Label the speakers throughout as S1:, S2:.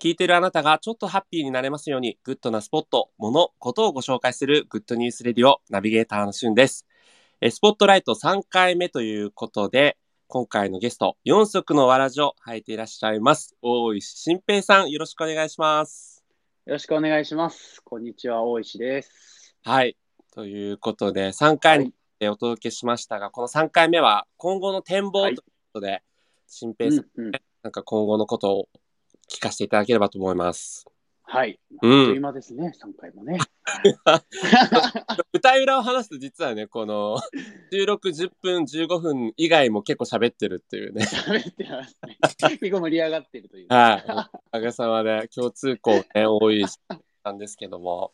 S1: 聞いてるあなたがちょっとハッピーになれますように、グッドなスポット、もの、ことをご紹介するグッドニュースレディオナビゲーターのしゅんです。えースポットライト3回目ということで、今回のゲスト、四足のわらじを履いていらっしゃいます。大石新平さん、よろしくお願いします。
S2: よろしくお願いします。こんにちは、大石です。
S1: はい。ということで、3回でお届けしましたが、この3回目は今後の展望と
S2: は
S1: いう
S2: い
S1: ことで、新
S2: う
S1: 平さん
S2: んうん、
S1: なんか今後のことを聞かせていただければと思います。
S2: はい。
S1: う。
S2: あっというん間ですね、3回もね。
S1: 舞台裏を話すと実はね、この収録10分、15分以外も結構喋ってるっていうね。
S2: 喋ってますね。 結構盛り上がってるという。
S1: はい。おかげさまで共通項ね、多いなんですけど も。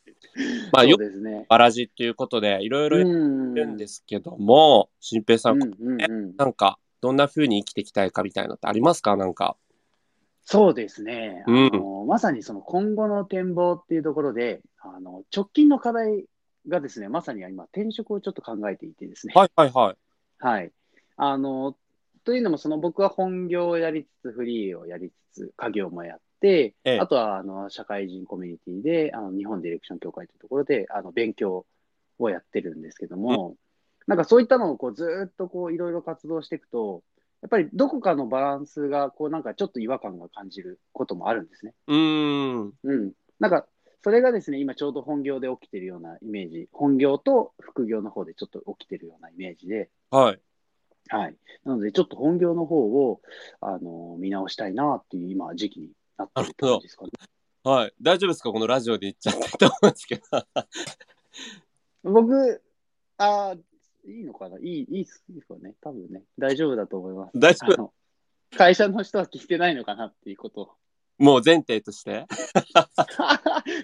S1: まあ、
S2: そう
S1: よ
S2: ですね。
S1: わらじっていうことで、いろいろ
S2: う
S1: やっ
S2: ん。
S1: てるんですけども、新平さ、
S2: うんんうんうん、
S1: なんか、どんな風に生きていきたいかみたいなのってありますかなんか。
S2: そうですね、あのまさにその今後の展望っていうところで、あの直近の課題がですね、まさに今、転職をちょっと考えていてですね。
S1: はいはいはい。
S2: はい。あの、というのも、その僕は本業をやりつつ、フリーをやりつつ、家業もやって、
S1: ええ
S2: あとはあの社会人コミュニティで、あの日本ディレクション協会というところで、あの勉強をやってるんですけども、なんかそういったのをこうずーっとこういろいろ活動していくと、やっぱりどこかのバランスが、こうなんかちょっと違和感が感じることもあるんですね。
S1: うーん。
S2: うん。なんか、それがですね、今ちょうど本業で起きてるようなイメージ、本業と副業の方でちょっと起きてるようなイメージで、
S1: はい。
S2: はい。なので、ちょっと本業の方を、あの見直したいなっていう今、時期になってるって感じですかね。
S1: はい。大丈夫ですかこのラジオで言っちゃってと思うんですけど。
S2: 僕、あーいいのかないい、いいっすよね。多分ね、大丈夫だと思います。
S1: 大丈夫
S2: あの会社の人は聞いてないのかなっていうことを。
S1: もう前提として。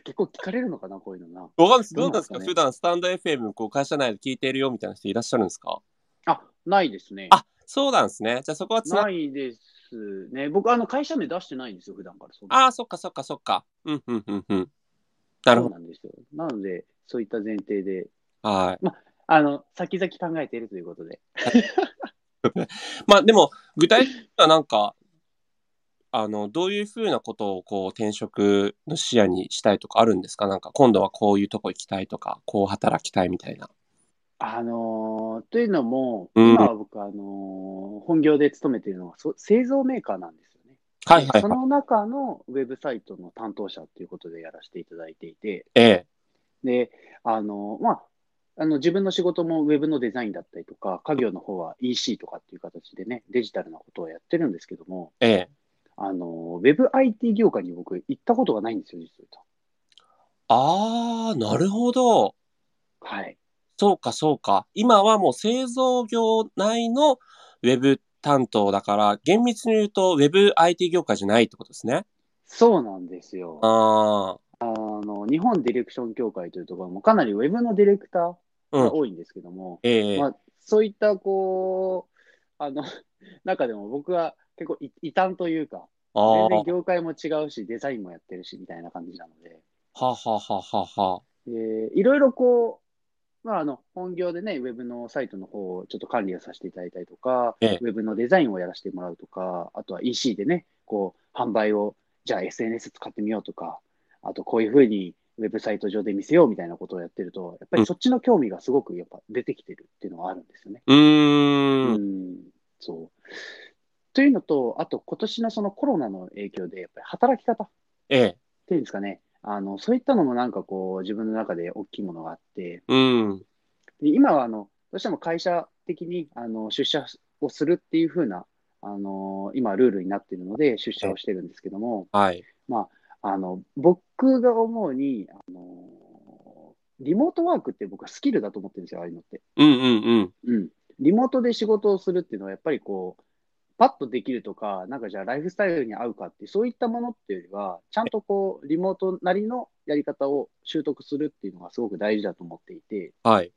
S2: 結構聞かれるのかな、こういうのな。
S1: わかんないです。ど
S2: ど
S1: う
S2: う
S1: なで
S2: なんんですす
S1: か
S2: かね
S1: 普段スタンド FM こう会社内で聞いているよみたいな人いらっしゃるんですか
S2: あ、ないですね。
S1: あ、そうなんですね。じゃあそこはつな
S2: ないですね。僕、あの会社名出してないんですよ、普段からそんな。
S1: ああ、そっかそっかそっか。うんうんうんうん。なるほ
S2: そうなんですよ。なので、そういった前提で、
S1: ど。はい。
S2: あの、先々考えているということで。
S1: まあでも、具体的にはなんか、あの、どういうふうなことをこう転職の視野にしたいとかあるんですかなんか今度はこういうとこ行きたいとか、こう働きたいみたいな。
S2: あのーというのも、
S1: うん
S2: 今は僕、あのー本業で勤めているのはそ製造メーカーなんですよね。
S1: はいはい
S2: そ
S1: はい。
S2: の中のウェブサイトの担当者ということでやらせていただいていて、
S1: ええ。
S2: で、あのーまあ、あの自分の仕事もウェブのデザインだったりとか、家業の方は EC とかっていう形でね、デジタルなことをやってるんですけども、
S1: ええ。
S2: あのーウェブ IT 業界に僕行ったことがないんですよ、実は。
S1: ああ、なるほど。
S2: はい。
S1: そうか、そうか。今はもう製造業内のウェブ担当だから、厳密に言うとウェブ IT 業界じゃないってことですね。
S2: そうなんですよ。
S1: ああ、
S2: あの日本ディレクション協会というところもかなりウェブのディレクター
S1: う
S2: が
S1: ん。
S2: 多いんですけども、
S1: ええ
S2: まあ、そういったこうあの 中でも僕は結構い異端というか
S1: あ
S2: 全然
S1: あ、
S2: 業界も違うしデザインもやってるしみたいな感じなので
S1: ははははは。
S2: でいろいろこう、まあ、あの本業でねウェブのサイトの方をちょっと管理をさせていただいたりとか、
S1: ええ
S2: ウェブのデザインをやらせてもらうとかあとは EC でねこう販売をじゃあ SNS 使ってみようとかあとこういうふうにウェブサイト上で見せようみたいなことをやってるとやっぱりそっちの興味がすごくやっぱ出てきてるっていうのはあるんですよね。
S1: うー。
S2: うんんそう。というのと、あと今年のそのコロナの影響で、やっぱり働き方っ
S1: ええ。
S2: ていうんですかね、あのそういったのもなんかこう、自分の中で大きいものがあって、
S1: うん。
S2: で今はあのどうしても会社的にあの出社をするっていう風な、あの今、ルールになっているので、出社をしてるんですけども、
S1: はい。
S2: あの僕が思うに、あのリモートワークって僕はスキルだと思ってるんですよ、ああいうのって。
S1: うんうんうん。
S2: うん、リモートで仕事をするっていうのは、やっぱりこう、パッとできるとか、なんかじゃあライフスタイルに合うかって、そういったものっていうよりは、ちゃんとこう、リモートなりのやり方を習得するっていうのがすごく大事だと思っていて、
S1: はい。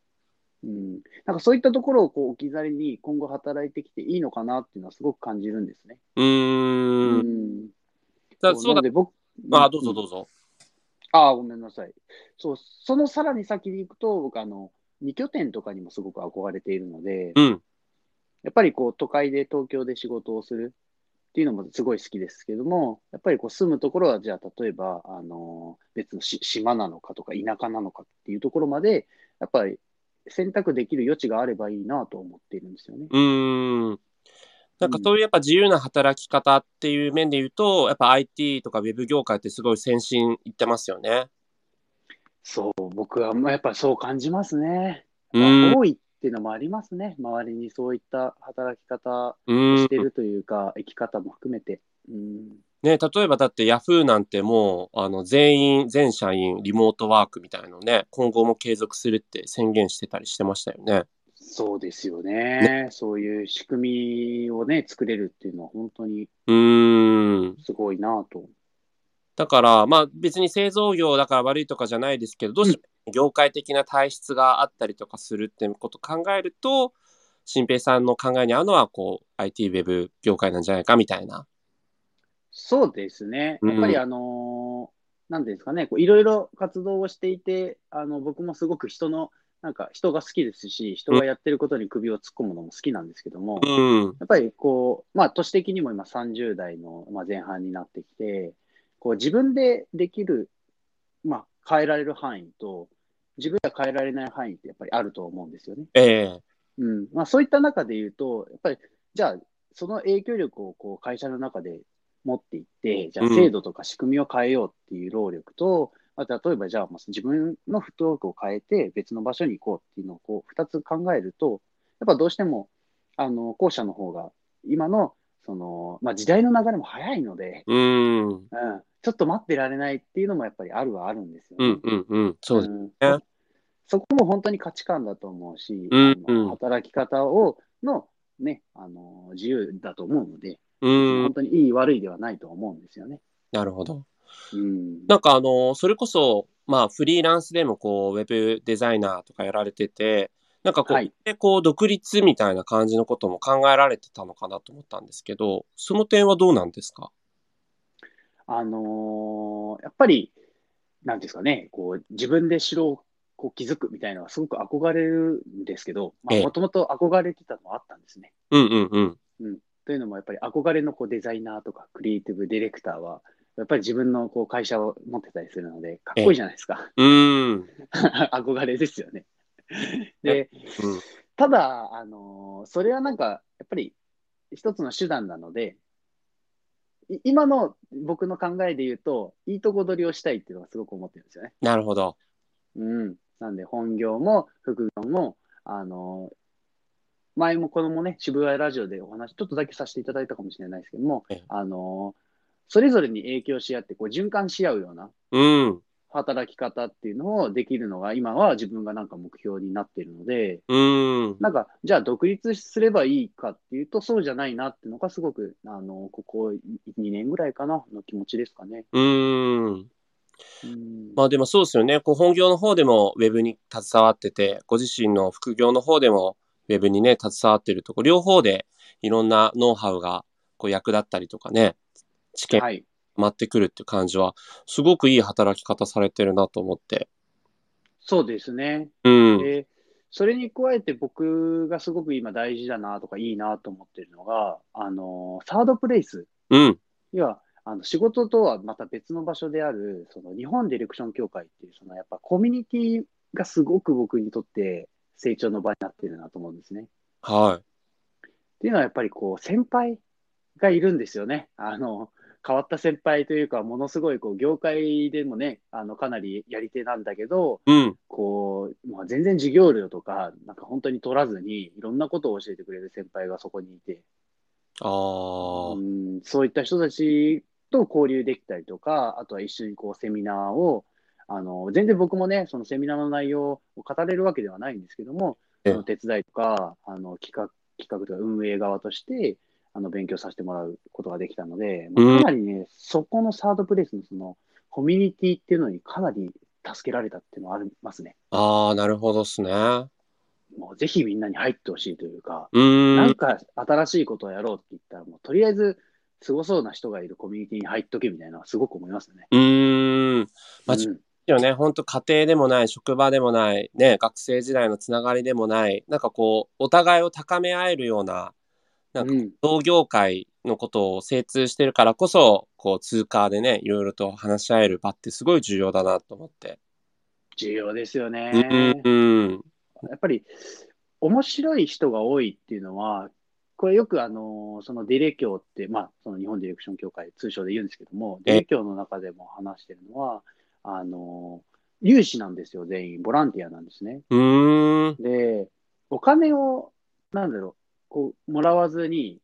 S2: うん、なんかそういったところをこう置き去りに今後働いてきていいのかなっていうのはすごく感じるんですね。
S1: う
S2: う
S1: ーん。
S2: ん。
S1: だそうだ
S2: なの。で僕、
S1: ああ、どうぞどうぞ。
S2: ああ、ごめんなさい。そう、そのさらに先に行くと、僕、あの、2拠点とかにもすごく憧れているので、
S1: うん。
S2: やっぱりこう都会で東京で仕事をするっていうのもすごい好きですけども、やっぱりこう住むところは、じゃあ例えば、あの別のし島なのかとか田舎なのかっていうところまで、やっぱり選択できる余地があればいいなと思っているんですよね。
S1: うーん。なんかそういうやっぱ自由な働き方っていう面で言うと、やっぱ IT とか Web 業界ってすごい先進いってますよね。
S2: そう、僕はまあやっぱりそう感じますね。
S1: う
S2: ま
S1: ん
S2: あ。多いっていうのもありますね。周りにそういった働き方
S1: う
S2: を
S1: ん
S2: して。るというか、生き方も含めて。うん
S1: ね、例えばだって Yahoo なんてもう、あの、全員、全社員、リモートワークみたいなのね、今後も継続するって宣言してたりしてましたよね。
S2: そうですよね。そういう仕組みをね、作れるっていうのは本当に
S1: うーん。
S2: すごいなと。
S1: だから、まあ別に製造業だから悪いとかじゃないですけど、どうしても業界的な体質があったりとかするってことを考えると、新平さんの考えに合うのは、こう、IT ウェブ業界なんじゃないかみたいな。
S2: そうですね。
S1: うん
S2: やっぱりあのーなんていうんですかね、こういろいろ活動をしていて、あの、僕もすごく人の、なんか人が好きですし、人がやってることに首を突っ込むのも好きなんですけども、
S1: うん。
S2: やっぱりこう、まあ、年的にも今30代のまあ前半になってきて、こう自分でできる、まあ、変えられる範囲と、自分では変えられない範囲ってやっぱりあると思うんですよね。
S1: ええ
S2: うんまあ、そういった中で言うと、やっぱり、じゃあ、その影響力をこう会社の中で持っていって、じゃあ、
S1: うん
S2: 制度とか仕組みを変えようっていう労力と、あと例えば、じゃあ、まあ自分のフットワークを変えて、別の場所に行こうっていうのをこう2つ考えると、やっぱどうしても、あの後者の方が、今のその、まあ、時代の流れも早いので、
S1: うん。
S2: うん、ちょっと待ってられないっていうのもやっぱりあるはあるんですよ
S1: う
S2: ね。
S1: んうんうん。そうです。
S2: うんそこも本当に価値観だと思うし、
S1: うん
S2: あ
S1: うん
S2: の働き方をの、ね、あの自由だと思うので、
S1: うん
S2: 本。当にいい悪いではないと思うんですよね。
S1: なるほど。
S2: うん、
S1: なんかあの、それこそ、まあフリーランスでもこう、ウェブデザイナーとかやられてて、なんかこう、
S2: はい
S1: でこう独立みたいな感じのことも考えられてたのかなと思ったんですけど、その点はどうなんですか
S2: あのーやっぱり、なんていうんですかね、こう自分で城をこう築くみたいなのはすごく憧れるんですけど、
S1: ええ
S2: もともと憧れてたのはあったんですね。
S1: うんうんうん。
S2: というのも、やっぱり憧れのこうデザイナーとかクリエイティブディレクターは、やっぱり自分のこう会社を持ってたりするので、かっこいいじゃないですか。
S1: うーん。
S2: 憧れですよね。で、
S1: うん
S2: ただ、あのーそれはなんか、やっぱり一つの手段なので、い今の僕の考えで言うと、いいとこ取りをしたいっていうのはすごく思ってるんですよね。
S1: なるほど。
S2: うん。なんで、本業も副業も、あのー前もこのもね、渋谷ラジオでお話、ちょっとだけさせていただいたかもしれないですけども
S1: ええ、
S2: あのーそれぞれに影響し合って、こう、循環し合うような、
S1: うん。
S2: 働き方っていうのをできるのが、今は自分がなんか目標になっているので、
S1: うん。
S2: なんか、じゃあ独立すればいいかっていうと、そうじゃないなっていうのが、すごく、あの、ここ2年ぐらいかな、の気持ちですかね。
S1: うん。
S2: うん
S1: まあでもそうですよね。こう本業の方でもウェブに携わってて、ご自身の副業の方でもウェブにね、携わってるとこう、両方でいろんなノウハウがこう役立ったりとかね、知見
S2: はい。
S1: 回ってくるっていう感じは、すごくいい働き方されてるなと思って。
S2: そうですね。
S1: うん。
S2: で、それに加えて僕がすごく今大事だなとか、いいなと思ってるのが、あの、サードプレイス。
S1: うん。
S2: 要は、あの仕事とはまた別の場所である、その日本ディレクション協会っていう、そのやっぱコミュニティがすごく僕にとって成長の場になってるなと思うんですね。
S1: は
S2: っていうのはやっぱりこう先輩がいるんですよね。あの変わった先輩というか、ものすごいこう業界でもね、あのかなりやり手なんだけど、
S1: い。うん。
S2: こうまあ、全然授業料とか、なんか本当に取らずに、いろんなことを教えてくれる先輩がそこにいて、
S1: ああ。
S2: うんそういった人たちと交流できたりとか、あとは一緒にこうセミナーを、あの全然僕もね、そのセミナーの内容を語れるわけではないんですけども、
S1: ええ
S2: その手伝いとか、あの企画企画とか運営側としてあの勉強させてもらうことができたので、まあ
S1: うん
S2: かなりね、そこのサードプレイスのそのコミュニティっていうのにかなり助けられたっていうのはありますね。
S1: ああ、なるほどっすね。う
S2: もうぜひみんなに入ってほしいというか、
S1: ー
S2: なん
S1: ん。
S2: か新しいことをやろうって言ったら、もうとりあえず、すごそうな人がいるコミュニティに入っとけみたいなのはすごく思いますね。
S1: うーん。まじ
S2: うん
S1: よね、本当家庭でもない、職場でもない、ね、学生時代のつながりでもない、なんかこう、お互いを高め合えるような、なんか
S2: うん
S1: 同業界のことを精通してるからこそ、こう、通貨でね、いろいろと話し合える場ってすごい重要だなと思って。
S2: 重要ですよね。
S1: うん。うん。
S2: やっぱり面白い人が多いっていうのは、これよくあのそのディレ協って、まあ、その日本ディレクション協会、通称で言うんですけども、
S1: え
S2: ディレ協の中でも話してるのは、あの有志なんですよ、全員、ボランティアなんですね。
S1: うーん。
S2: で、お金を、なんだろう、こう、もらわずに、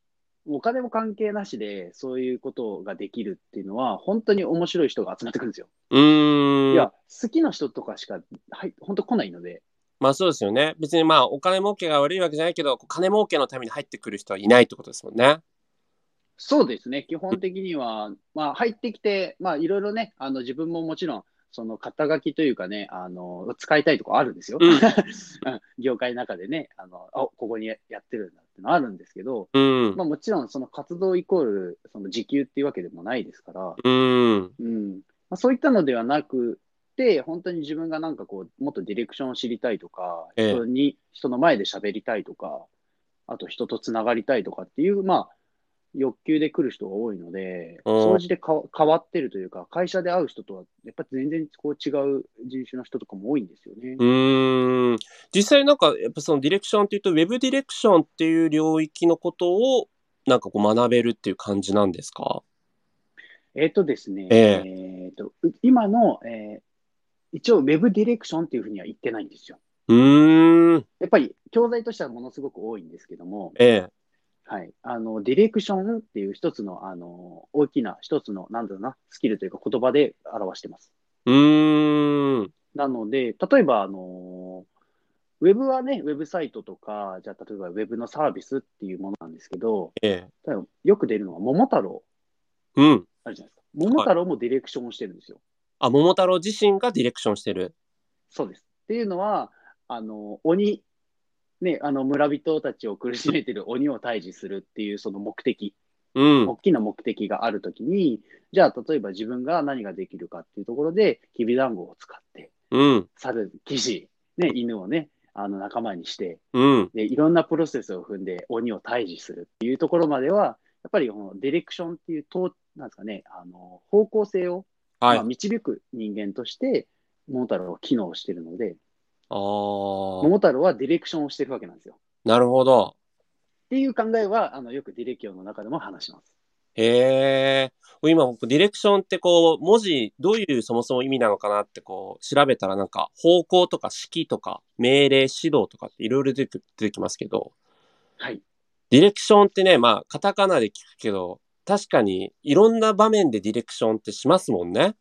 S2: お金も関係なしで、そういうことができるっていうのは、本当に面白い人が集まってくるんですよ。
S1: うーん。
S2: いや、好きな人とかしか、はい、本当来ないので、
S1: まあそうですよね。別にまあお金儲けが悪いわけじゃないけど、こう金儲けのために入ってくる人はいないってことですもんね。
S2: そうですね、基本的には、まあ、入ってきて、まあ、いろいろね、あの、自分ももちろん、その肩書きというかね、あの、使いたいとこあるんですよ。
S1: うん
S2: 業界の中でね、あの、あ、ここにやってるんだってのあるんですけど、
S1: うん。
S2: まあ、もちろんその活動イコールその時給っていうわけでもないですから、
S1: うん。
S2: うんまあ、そういったのではなくて、本当に自分がなんかこう、もっとディレクションを知りたいとか、
S1: ええ
S2: 人に人の前で喋りたいとか、あと人とつながりたいとかっていう、まあ、欲求で来る人が多いので、
S1: うん
S2: 掃除でか変わってるというか、会社で会う人とは、やっぱ全然こう違う人種の人とかも多いんですよね。
S1: うーん。実際なんか、やっぱそのディレクションっていうと、ウェブディレクションっていう領域のことを、なんかこう学べるっていう感じなんですか
S2: えっ、とですね、
S1: ええ
S2: っとう今の、えー一応、ウェブディレクションっていうふうには言ってないんですよ。
S1: うーん。
S2: やっぱり教材としてはものすごく多いんですけども、
S1: ええ。
S2: はい、あのディレクションっていう一つのあの大きな、一つのなんだろうな、スキルというか言葉で表してます。
S1: うーん。
S2: なので、例えば、あのウェブはね、ウェブサイトとか、じゃあ例えばウェブのサービスっていうものなんですけど、
S1: ええ。
S2: 例えばよく出るのが桃太郎
S1: うん。
S2: あるじゃないですか。桃太郎もディレクションをしてるんですよ。
S1: あ、桃太郎自身がディレクションしてる。
S2: そうです。っていうのは、あの鬼、ね、あの村人たちを苦しめてる鬼を退治するっていうその目的。
S1: うん。
S2: 大きな目的があるときに、じゃあ、例えば自分が何ができるかっていうところで、きびだんごを使って、
S1: うん。
S2: 猿、騎士、ね、犬をね、あの仲間にして
S1: うん。
S2: で、いろんなプロセスを踏んで鬼を退治するっていうところまでは、やっぱりこのディレクションっていうと、なんですかね、あの方向性を、
S1: はい。
S2: まあ、導く人間として、桃太郎は機能してるので、
S1: あー。
S2: 桃太郎はディレクションをしてるわけなんですよ。
S1: なるほど。
S2: っていう考えは、あのよくディレキオの中でも話します。
S1: へえ。今、僕ディレクションってこう、文字、どういうそもそも意味なのかなってこう、調べたらなんか、方向とか指揮とか、命令、指導とかっていろいろ出て出てきますけど、
S2: はい。
S1: ディレクションってね、まあ、カタカナで聞くけど、確かにいろんな場面でディレクションってしますもんね。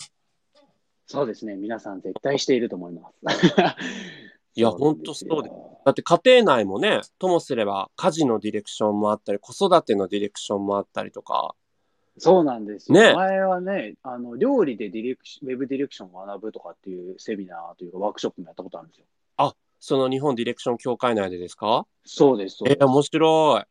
S2: そうですね。皆さん絶対していると思います。
S1: いや
S2: そうなんですよ
S1: ほんとそうでだって家庭内もね、ともすれば家事のディレクションもあったり、子育てのディレクションもあったりとか。
S2: そうなんですよ。
S1: ね
S2: 前はね、あの料理でディレクシウェブディレクションを学ぶとかっていうセミナーというかワークショップもやったことあるんですよ。
S1: その日本ディレクション協会内でですか
S2: そうです、そう
S1: え
S2: で
S1: ー、面白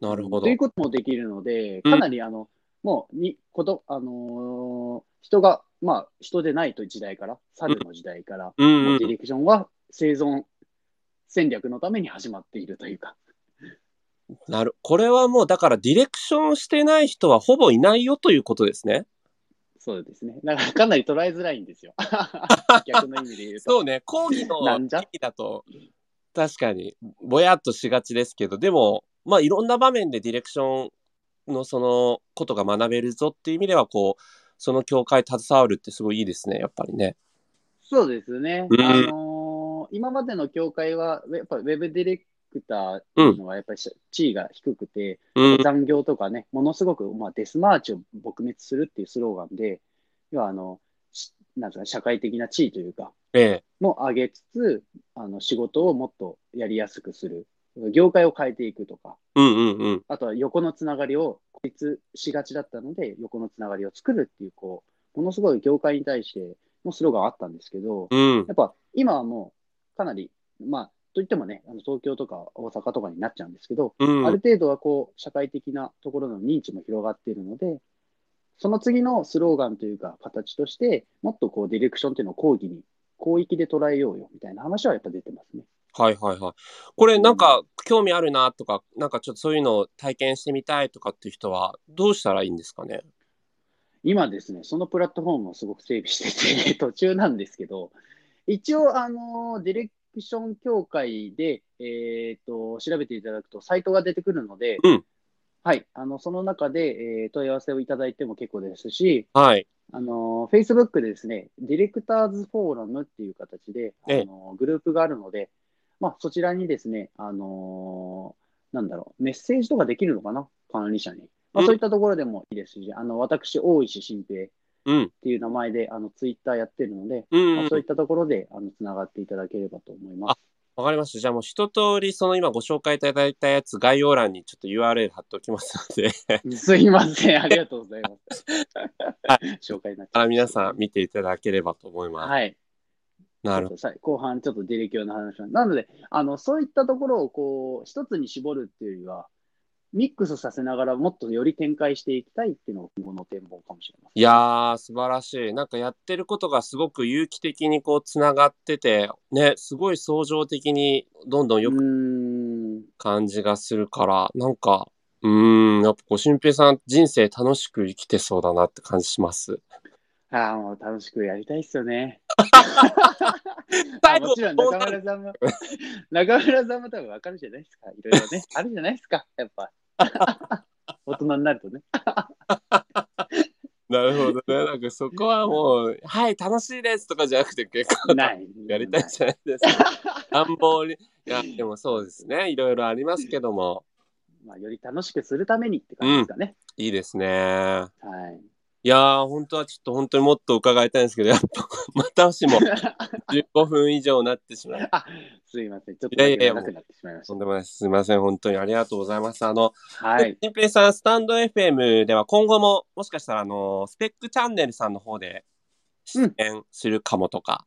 S1: い。なるほ
S2: す。
S1: ど
S2: という。こともできるので、
S1: うん
S2: かなりあの、もうにこと、あのー人が、まあ、人でないという時代から、猿の時代から、
S1: うん
S2: も
S1: う
S2: うんディレクションは生存戦略のために始まっているというか、
S1: なる。これはもう、だから、ディレクションしてない人はほぼいないよということですね。
S2: そうですね。だからかなり捉えづらいんで すよ。逆の意味で言うと。
S1: そうね、講義の
S2: なんじゃ
S1: 意味だと、確かに、ぼやっとしがちですけど、でも、まあ、いろんな場面でディレクションのそのことが学べるぞっていう意味では、こう、その教会携わるってすごいいいですね、やっぱりね。
S2: そうですね。
S1: うん
S2: あのー今までの協会は、ウェやっぱウェブディレクターっていうのはやっぱり地位が低くて、
S1: うん。
S2: 残業とかね、ものすごく、まあ、デスマーチを撲滅するっていうスローガンで、要はあの、しなんですかね、社会的な地位というか、
S1: ええ。
S2: も上げつつ、あの仕事をもっとやりやすくする、業界を変えていくとか、
S1: うんうんうん。
S2: あとは横のつながりを孤立しがちだったので、横のつながりを作るっていう、こう、ものすごい業界に対してのスローガンあったんですけど、
S1: うん
S2: や。っぱ今はもうかなり、まあ、といってもね、あの東京とか大阪とかになっちゃうんですけど、
S1: うん。
S2: ある程度はこう、社会的なところの認知も広がっているので、その次のスローガンというか、形として、もっとこう、ディレクションっていうのを講義に、広域で捉えようよみたいな話はやっぱ出てますね。
S1: はいはいはい。これなんか興味あるなとか、なんかちょっとそういうのを体験してみたいとかっていう人はどうしたらいいんですかね
S2: 今ですね、そのプラットフォームをすごく整備してて、途中なんですけど、一応、あの、ディレクション協会で、えっ、と、調べていただくと、サイトが出てくるので、
S1: うん
S2: はい、あの、その中で、えー問い合わせをいただいても結構ですし、
S1: はい。
S2: あの、Facebook でですね、ディレクターズフォーラムっていう形で、あ
S1: ええ
S2: のグループがあるので、まあ、そちらにですね、あのなんだろう、メッセージとかできるのかな管理者に。
S1: う
S2: まあ、
S1: ん
S2: そういったところでもいいですし、あの、私、大石新平っ
S1: うん。
S2: ていう名前で、あの、ツイッターやってるので、
S1: うん、
S2: まあ、
S1: うん
S2: そうい。ったところで、あの、つながっていただければと思います。
S1: わかりました。じゃあもう一通りその今ご紹介いただいたやつ概要欄にちょっと URL 貼っておきますので、
S2: すいません、ありがとうござ います。 紹介になっちゃいました
S1: あ皆さん見ていただければと思います。
S2: はい。
S1: なるほ
S2: ちょっとさ後半ちょっとディレクターの話なんなので、あの、そういったところをこう、一つに絞るっていうよりは、ミックスさせながらもっとより展開していきたいっていうのが今後の展望かもしれません。
S1: いやー、素晴らしい。なんかやってることがすごく有機的にこうつながってて、ね、すごい相乗的にどんどん良
S2: う
S1: く
S2: ーん。
S1: 感じがするから、なんか、うーん、やっぱこう、新平さん人生楽しく生きてそうだなって感じします。
S2: ああ、もう楽しくやりたいっすよね。
S1: 最
S2: あ
S1: 後
S2: もちろん中村さ んも、中村さんも多分わかるじゃないですか。いろい ろね。あるじゃないですか。やっぱ。大人になると ね。
S1: なるほどね。なんかそこはもう、はい、楽しいですとかじゃなくて結構
S2: ない。
S1: やりたいじゃないです か。乱暴に。いや、でもそうですね。いろいろありますけども、
S2: まあ、より楽しくするためにって感じですかね。
S1: いいですね。
S2: はい。
S1: いやー、本当はちょっと本当にもっと伺いたいんですけど、やっぱ、またもしも15分以上になってしまい、
S2: あ、すいません。ちょっと
S1: いやいやいや
S2: 長くなってしまいまし
S1: と
S2: た。
S1: んでもないです。すいません。本当にありがとうございます。あの、
S2: はい。
S1: 新平さん、スタンド FM では今後も、もしかしたら、あの、スペックチャンネルさんの方で出演するかもとか。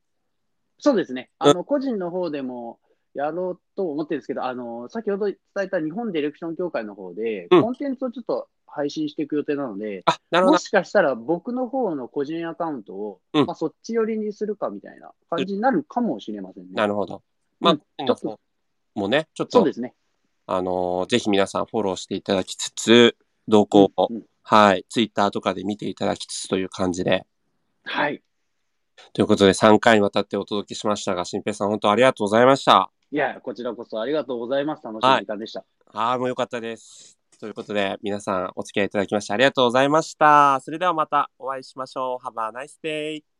S2: そうですね。あの、個人の方でもやろうと思ってるんですけど、あの、先ほど伝えた日本ディレクション協会の方で、
S1: うん
S2: コンテンツをちょっと配信していく予定なので、
S1: あ、なるほど。
S2: もしかしたら僕の方の個人アカウントを、
S1: うん
S2: まあ、そっち寄りにするかみたいな感じになるかもしれませんね。
S1: なるほど。まあ、
S2: うん
S1: 個人の方もね、ちょっ
S2: そう
S1: と、
S2: ですね。
S1: あの、ぜひ皆さんフォローしていただきつつ、動向を、
S2: うんうん
S1: はい、ツイッターとかで見ていただきつつという感じで。
S2: はい。
S1: ということで、3回にわたってお届けしましたが、新平さん、本当ありがとうございました。
S2: いや、こちらこそありがとうございます。楽しい時間でした。
S1: ああ、もうよかったです。ということで、皆さんお付き合いいただきましてありがとうございました。それではまたお会いしましょう。Have a nice day!